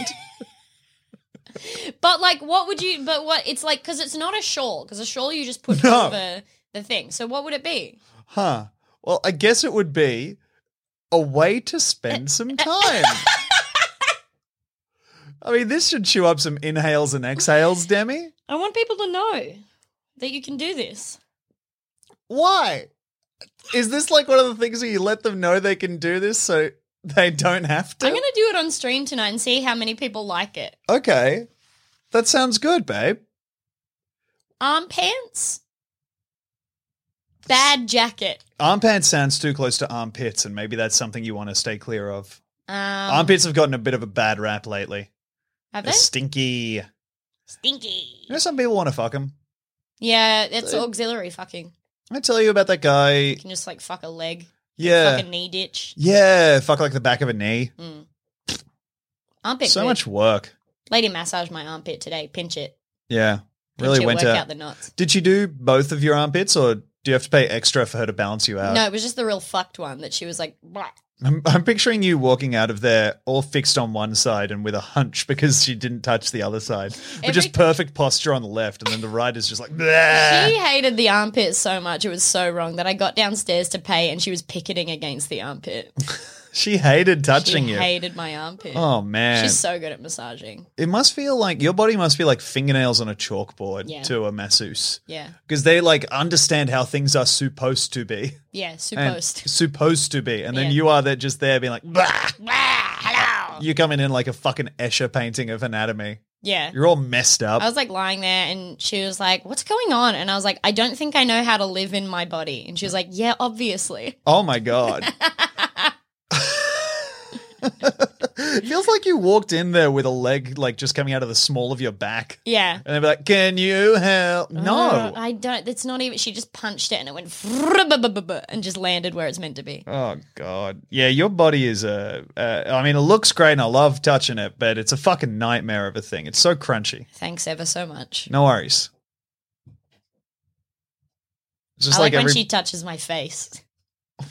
But like, what would you? But what? It's like because it's not a shawl. Because a shawl you just put
No.
over the thing. So what would it be?
huh. Well, I guess it would be a way to spend some time. I mean, this should chew up some inhales and exhales, Demi.
I want people to know that you can do this.
Why? Is this like one of the things where you let them know they can do this so they don't have to?
I'm gonna do it on stream tonight and see how many people like it.
okay. That sounds good, babe.
Arm pants. Bad jacket.
Arm pants sounds too close to armpits, and maybe that's something you want to stay clear of.
Um,
armpits have gotten a bit of a bad rap lately.
Have
They're
they?
stinky. You
Stinky.
know, some people want to fuck them.
Yeah, it's
So-
auxiliary fucking.
I tell you about that guy.
You can just like fuck a leg,
Yeah,
fuck a knee ditch.
yeah, fuck like the back of a knee.
Mm. Armpit.
so
good.
much work.
Lady massaged my armpit today. Pinch it.
Yeah,
Pinch
really
it,
went
work
out.
out the knots.
Did she do both of your armpits, or do you have to pay extra for her to balance you out?
no, it was just the real fucked one that she was like, "Blah."
I'm, I'm picturing you walking out of there all fixed on one side and with a hunch because she didn't touch the other side. But
Every-
just perfect posture on the left, and then the right is just like,
She
"Bleh."
hated the armpit so much, it was so wrong that I got downstairs to pay and she was picketing against the armpit.
She hated touching
she
you.
hated my armpit.
oh man.
She's so good at massaging.
it must feel like your body must be like fingernails on a chalkboard
Yeah.
to a masseuse.
Yeah.
Because they like understand how things are supposed to be.
Yeah,
And
supposed.
supposed to be. And then
Yeah.
you are there just there being like, "Bah!"
hello.
you're coming in like a fucking Escher painting of anatomy.
Yeah.
You're all messed up.
I was like lying there and she was like, What's going on? And I was like, I don't think I know how to live in my body. And she was like, Yeah, obviously.
oh my God. it feels like you walked in there with a leg like just coming out of the small of your back.
Yeah.
And they'd be like, Can you help?
Uh,
No.
I don't. It's not even. She just punched it and it went and just landed where it's meant to be.
Oh god, yeah, your body is a. Uh, I mean, it looks great, and I love touching it, but it's a fucking nightmare of a thing. It's so crunchy.
Thanks ever so much.
No worries. It's just
I like,
like, every.
when she touches my face.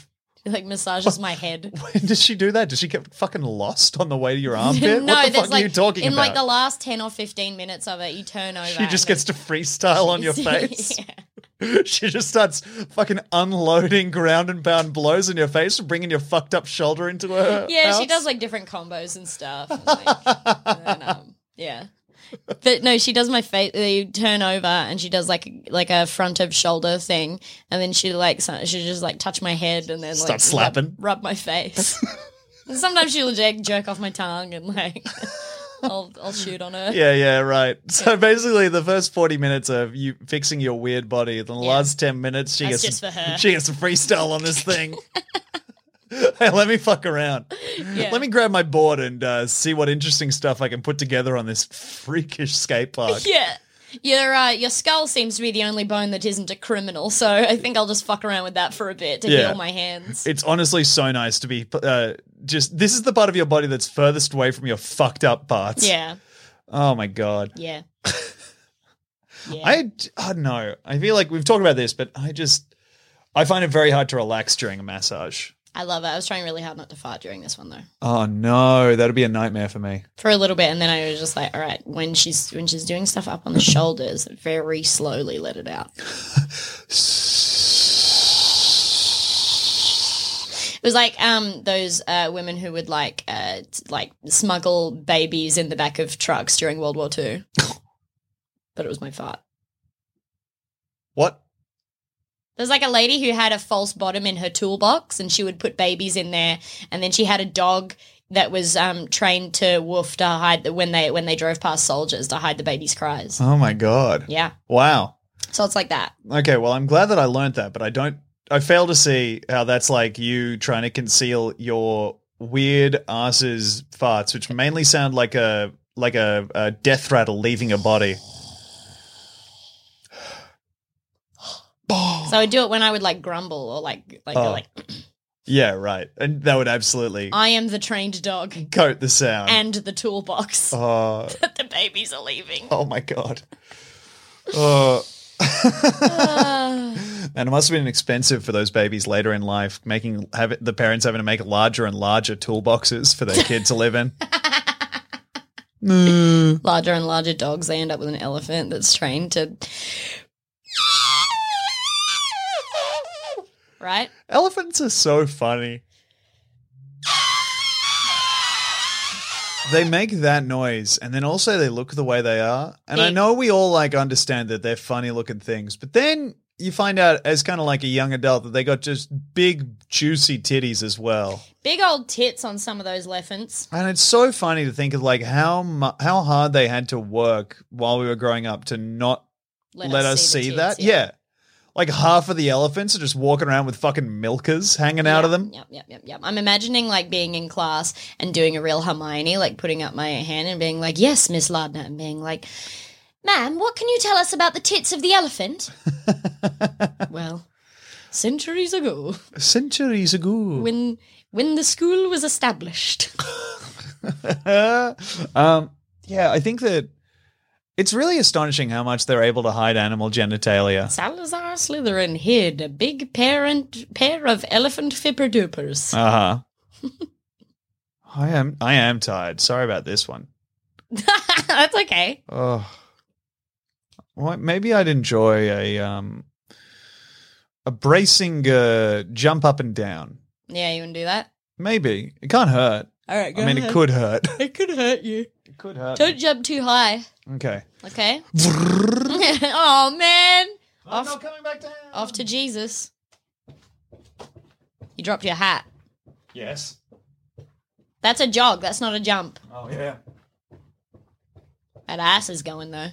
She like massages my head.
when does she do that? Does she get fucking lost on the way to your armpit? what the
there's
fuck are you talking
in
about?
like the last ten or fifteen minutes of it, you turn over.
she just
and
gets to freestyle on your face.
yeah.
She just starts fucking unloading ground and pound blows in your face, bringing your fucked up shoulder into her.
Yeah, she
house.
does like different combos and stuff. and, like, and then, um, yeah. But no, she does my face. They turn over and she does like like a front of shoulder thing, and then she like so- she just like touch my head and then
Start
like
slapping.
rub, rub my face. and sometimes she'll jerk, jerk off my tongue and like I'll I'll shoot on her.
Yeah, yeah, right. So basically, the first forty minutes of you fixing your weird body, and the last ten minutes she
That's
gets
just for her.
she gets to freestyle on this thing. hey, let me fuck around.
Yeah.
Let me grab my board and uh, see what interesting stuff I can put together on this freakish skate park.
Yeah. Your uh, your skull seems to be the only bone that isn't a criminal, so I think I'll just fuck around with that for a bit to
Yeah.
heal my hands.
It's honestly so nice to be uh, just. This is the part of your body that's furthest away from your fucked up parts.
yeah,
Oh my god.
yeah. yeah.
I, I don't know. I feel like we've talked about this, but I just I find it very hard to relax during a massage.
I love it. I was trying really hard not to fart during this one though,
Oh no, that'd be a nightmare for me.
for a little bit, and then I was just like, all right, when she's when she's doing stuff up on the shoulders, very slowly let it out. It was like um those uh, women who would like uh t- like smuggle babies in the back of trucks during World War Two. but it was my fart.
What?
There's like a lady who had a false bottom in her toolbox, and she would put babies in there. And then she had a dog that was um, trained to woof to hide the, when they when they drove past soldiers to hide the baby's cries.
Oh my god.
Yeah,
Wow.
so it's like that.
Okay, well I'm glad that I learned that, but I don't I fail to see how that's like you trying to conceal your weird asses farts, which mainly sound like a like a, a death rattle leaving your body.
So I do it when I would like grumble or like like go
Oh.
like
Yeah, right. And that would absolutely
I am the trained dog
coat the sound.
and the toolbox
Oh,
that the babies are leaving.
oh my god. Oh. and it must have been expensive for those babies later in life, making have the parents having to make larger and larger toolboxes for their kid to live in. Mm.
Larger and larger dogs, they end up with an elephant that's trained to. Right?
Elephants are so funny. They make that noise, and then also they look the way they are. And I
Yeah.
know we all like understand that they're funny looking things, but then you find out as kind of like a young adult that they got just big juicy titties as well.
Big old tits on some of those elephants.
And it's so funny to think of like how mu- how hard they had to work while we were growing up to not let, us see,
the
that.
tits,
yeah. Like half of the elephants are just walking around with fucking milkers hanging out of them.
Yep, yep, yep, yep. I'm imagining like being in class and doing a real Hermione, like putting up my hand and being like, "Yes, Miss Lardner," and being like, "Ma'am, what can you tell us about the tits of the elephant?" well, centuries ago,
Centuries ago.
when when the school was established,
um, yeah, I think that it's really astonishing how much they're able to hide animal genitalia.
Salazar Slytherin hid a big parent pair of elephant fipper dupers.
Uh huh. I am I am tired. Sorry about this one. Uh.
That's okay.
Oh, well, maybe I'd enjoy a um a bracing uh, jump up and down.
Yeah, you want to do that?
Maybe. It can't hurt.
All right, go
I mean,
ahead.
it could hurt.
It could hurt you.
It could hurt.
Don't jump too high,
Okay.
okay? oh man,
I'm not coming back down.
off to Jesus. You dropped your hat.
Yes.
That's a jog. That's not a jump.
Oh, yeah.
That ass is going though.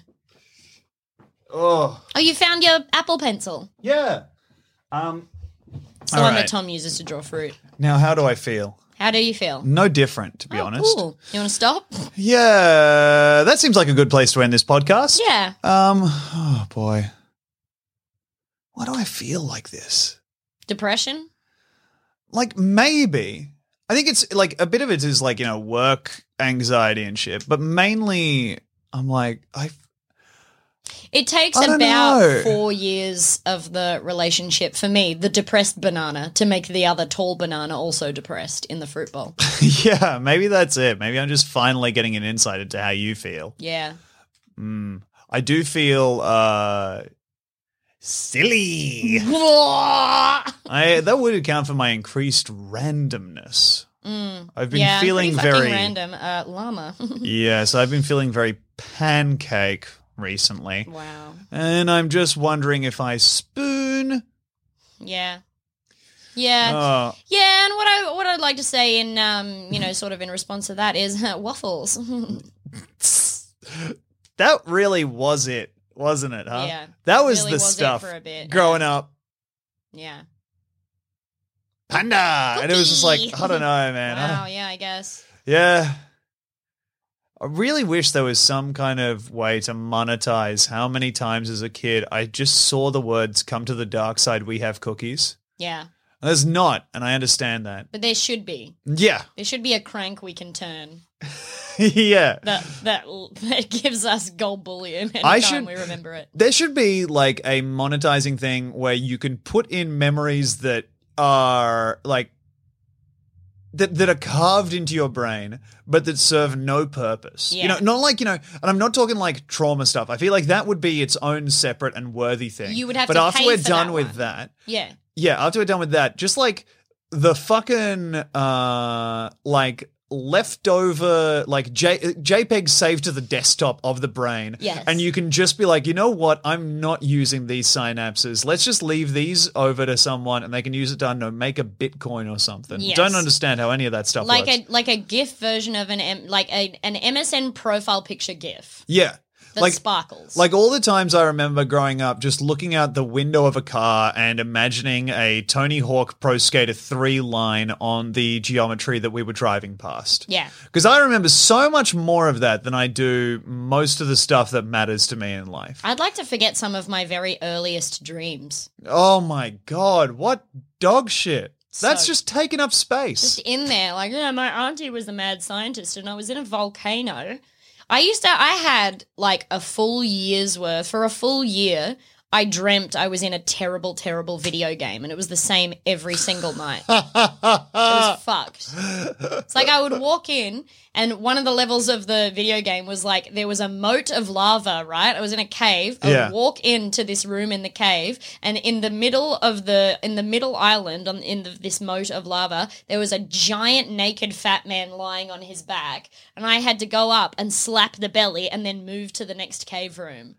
Oh,
Oh, you found your apple pencil.
yeah. Um,
It's the
All
one
right.
that Tom uses to draw fruit.
now, how do I feel?
How do you feel?
No different, to be
Oh,
honest.
Cool. You want to stop?
Yeah, that seems like a good place to end this podcast.
Yeah.
Um, oh boy. Why do I feel like this?
Depression.
Like maybe. I think it's like a bit of it is like, you know, work anxiety and shit, but mainly I'm like I
It takes
I don't
about
know.
four years of the relationship for me, the depressed banana, to make the other tall banana also depressed in the fruit bowl.
yeah, maybe that's it. Maybe I'm just finally getting an insight into how you feel.
Yeah.
Mm. I do feel uh silly.
mm,
I that would account for my increased randomness.
Mm.
I've been
yeah,
feeling
pretty fucking
very
random. Uh, llama.
Yes, I've been feeling very pancake recently.
wow.
And I'm just wondering if I spoon.
Yeah. Yeah.
Oh,
Yeah, and what I what I'd like to say in um, you know, sort of in response to that is waffles.
that really was it, wasn't it, huh?
Yeah,
That was
really
the
was it
stuff
for a bit,
growing up.
yeah.
Panda! And it was just like,
Cookie.
I don't know, man.
Wow,
I-
yeah, I guess.
yeah. I really wish there was some kind of way to monetize how many times as a kid I just saw the words come to the dark side, we have cookies.
Yeah.
And there's not, and I understand that.
But there should be.
Yeah.
There should be a crank we can turn
yeah.
that that that gives us gold bullion anytime
I should-
we remember it.
There should be like a monetizing thing where you can put in memories that are like that that are carved into your brain, but that serve no purpose. You
Yeah.
know, not like you know, and I'm not talking like trauma stuff. I feel like that would be its own separate and worthy thing.
You would have
but
to
after
pay
we're
for
done
that
with
one.
that,
Yeah.
yeah, after we're done with that, just like the fucking uh like leftover like J- JPEG saved to the desktop of the brain.
Yes.
And you can just be like, you know what? I'm not using these synapses. Let's just leave these over to someone and they can use it to I don't know, make a Bitcoin or something.
Yes.
Don't understand how any of that stuff
Like
works.
a like a GIF version of an M, like a, an MSN profile picture GIF
yeah.
that
Like
sparkles.
Like all the times I remember growing up, just looking out the window of a car and imagining a Tony Hawk Pro Skater 3 line on the geometry that we were driving past.
yeah.
Because I remember so much more of that than I do most of the stuff that matters to me in life.
I'd like to forget some of my very earliest dreams.
Oh my God, what dog shit. That's
So-
just taking up space.
just in there. Like, yeah, my auntie was a mad scientist, and I was in a volcano. I used to, I had like a full year's worth. For a full year, I dreamt I was in a terrible, terrible video game, and it was the same every single night. It was fucked. It's like I would walk in, and one of the levels of the video game was like there was a moat of lava, right? I was in a cave. I
Yeah.
would walk into this room in the cave, and in the middle of the in the middle island on in the, this moat of lava, there was a giant naked fat man lying on his back, and I had to go up and slap the belly, and then move to the next cave room.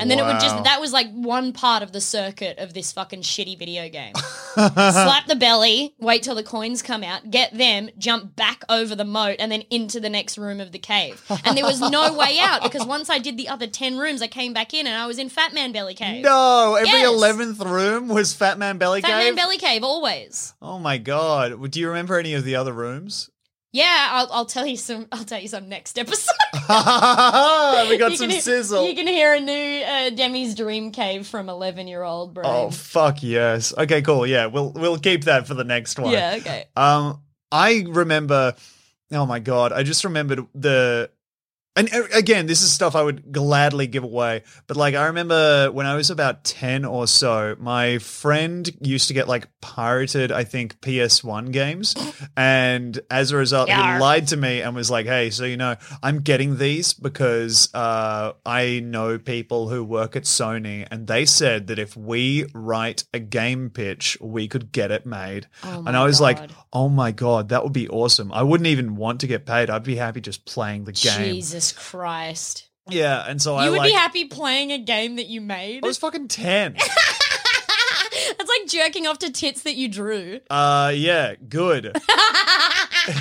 And then it would
Wow.
just that was like one part of the circuit of this fucking shitty video game. Slap the belly, wait till the coins come out, get them, jump back over the moat and then into the next room of the cave. And there was no way out because once I did the other 10 rooms, I came back in and I was in Fat Man Belly Cave.
No, every
Yes.
eleventh room was Fat Man Belly
Fat
Cave.
Man Belly Cave always.
oh my god! Do you remember any of the other rooms?
Yeah, I'll, I'll tell you some I'll tell you some next episode.
we got
You
some
can hear-
sizzle.
You can hear a new uh, Demi's dream cave from 11-year-old brain.
oh fuck yes! Okay, cool. Yeah, we'll we'll keep that for the next one.
yeah, okay.
Um, I remember. Oh my god! I just remembered the. And uh, again, this is stuff I would gladly give away. But like, I remember when I was about 10 or so, my friend used to get like pirated, I think, PS1 games. And as a result, he
Yarr.
lied to me and was like, hey, so you know, I'm getting these because uh, I know people who work at Sony. And they said that if we write a game pitch, we could get it made. and I was like, oh my God, that would be awesome. I wouldn't even want to get paid. I'd be happy just playing the game.
Jesus Christ.
Yeah, and so I
You would
like,
be happy playing a game that you made.
I was fucking ten.
That's like jerking off to tits that you drew.
uh, yeah, good.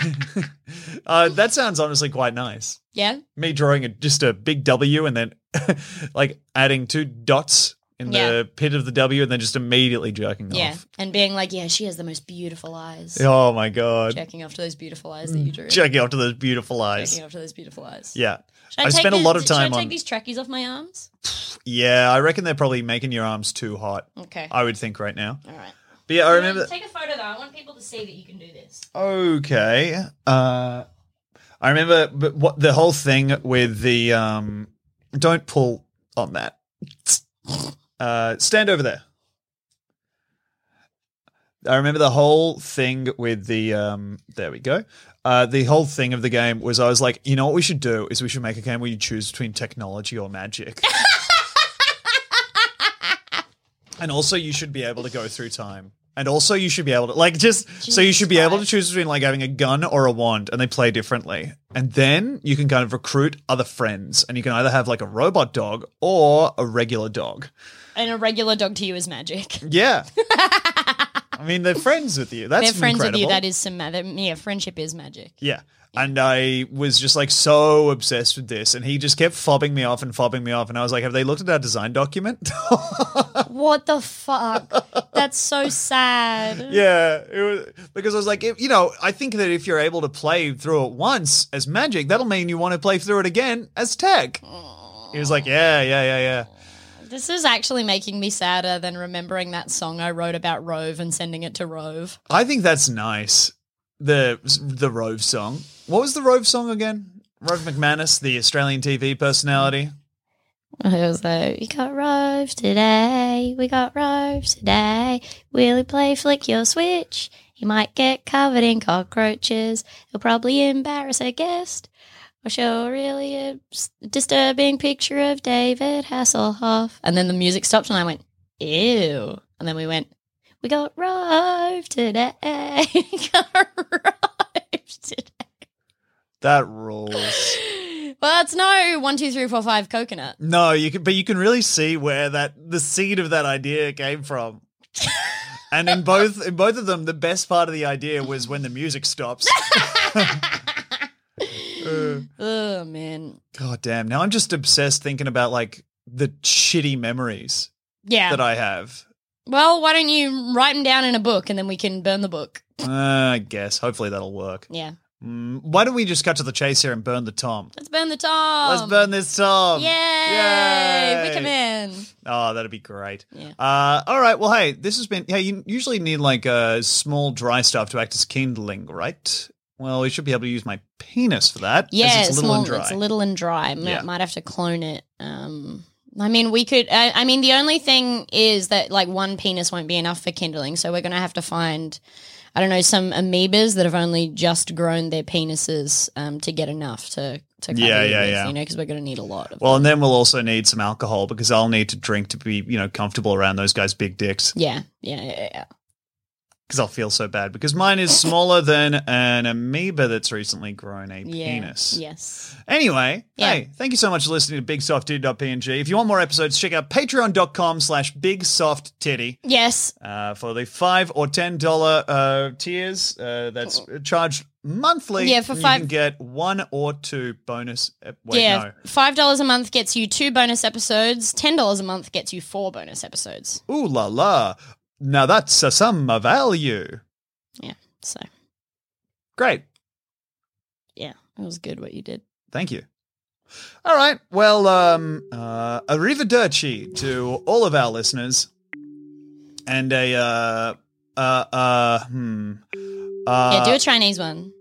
uh, that sounds honestly quite nice.
Yeah.
Me drawing a, just a big W and then like adding two dots in
Yeah.
the pit of the W and then just immediately jerking
Yeah.
off.
And being like, yeah, she has the most beautiful eyes.
Oh my god,
Jerking off to those beautiful eyes that you drew.
Mm. jerking off to those beautiful eyes.
Jerking off to those beautiful eyes.
Yeah,
Should
I
take
spent a
these-
lot of time
Should I
on-
take these trackies off my arms?
yeah. I reckon they're probably making your arms too hot.
Okay.
I would think right now.
All right.
But yeah, I remember.
Take a photo though. I want people to see that you can do this.
Okay. Uh I remember but what the whole thing with the um don't pull on that. Uh stand over there. I remember the whole thing with the um there we go. Uh the whole thing of the game was I was like, you know what we should do is we should make a game where you choose between technology or magic. And also, you should be able to go through time. And also, you should be able to, like, just so you should be able to choose between, like, having a gun or a wand, and they play differently. And then you can kind of recruit other friends, and you can either have, like, a robot dog or a regular dog.
And a regular dog to you is magic.
Yeah. I mean, they're friends with you. That's
They're friends
incredible.
with you. That is some ma- that- yeah. Friendship is magic.
Yeah. And I was just like so obsessed with this, and he just kept fobbing me off and fobbing me off. And I was like, "Have they looked at our design document?"
What the fuck? That's so sad.
Yeah, it was because I was like, if, you know, I think that if you're able to play through it once as magic, that'll mean you want to play through it again as tech. He was like, yeah, yeah, yeah, yeah.
This is actually making me sadder than remembering that song I wrote about Rove and sending it to Rove.
I think that's nice. The the Rove song. What was the Rove song again? Rove McManus, the Australian TV personality.
It was like, we got Rove today, we got Rove today. Will he play flick your switch? He might get covered in cockroaches. He'll probably embarrass a guest or show a really abs- disturbing picture of David Hasselhoff. And then the music stopped and I went, ew. And then we went, we got Rove today. we got Rove today.
That rules.
Well, it's no one, two, three, four, five coconut.
No, you can, but you can really see where that the seed of that idea came from. and in both in both of them, the best part of the idea was when the music stops. Uh,
Oh man.
God damn! Now I'm just obsessed thinking about like the shitty memories
Yeah.
that I have.
well, why don't you write them down in a book and then we can burn the book?
Uh, I guess. Hopefully that'll work.
Yeah.
Mm, why don't we just cut to the chase here and burn the tom?
Let's burn the tom.
Let's burn this tom.
Yay!
Yay.
Wickerman.
Oh, that'd be great.
Yeah.
Uh, all right. Well, hey, this has been. Hey, you usually need like uh, small dry stuff to act as kindling, right? Well, we should be able to use my penis for that. as
Yeah,
it's little and
small-
dry.
It's little and dry. M-
Yeah.
Might have to clone it. Um, I mean, we could. I, I mean, the only thing is that like one penis won't be enough for kindling, so we're gonna have to find. I don't know some amoebas that have only just grown their penises um, to get enough to to cover
Yeah,
you
yeah,
with,
yeah.
you know because we're gonna need a lot of
well, and then we'll also need some alcohol because I'll need to drink to be you know comfortable around those guys' big dicks
yeah yeah yeah yeah
because I'll feel so bad because mine is smaller than an amoeba that's recently grown a
yeah.
penis.
yes
Anyway,
Yeah.
hey, thank you so much for listening to BigSoftTitty.png. If you want more episodes, check out patreon.com slash BigSoftTitty
yes
uh, for the 5 or $10 uh, tiers. Uh, that's charged monthly.
Yeah, for
and
five-
You can get one or two bonus. ep- Wait,
yeah
no.
five dollars a month gets you two bonus episodes ten dollars a month gets you four bonus episodes
Ooh la la. Now that's a sum of value.
so
Great.
yeah that was good what you did
Thank you. All right. Well, um, uh, arrivederci to all of our listeners, and a uh, uh, uh, hmm, uh,
yeah do a chinese one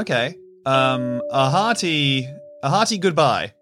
okay, um, a hearty A hearty goodbye.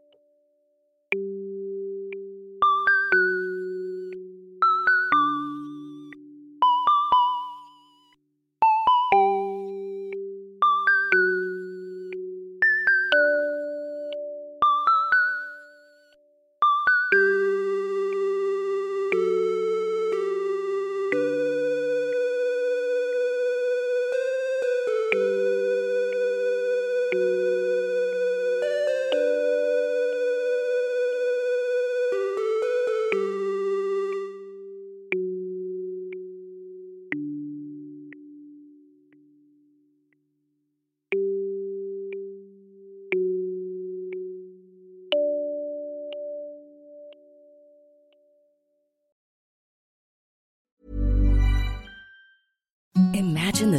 Imagine the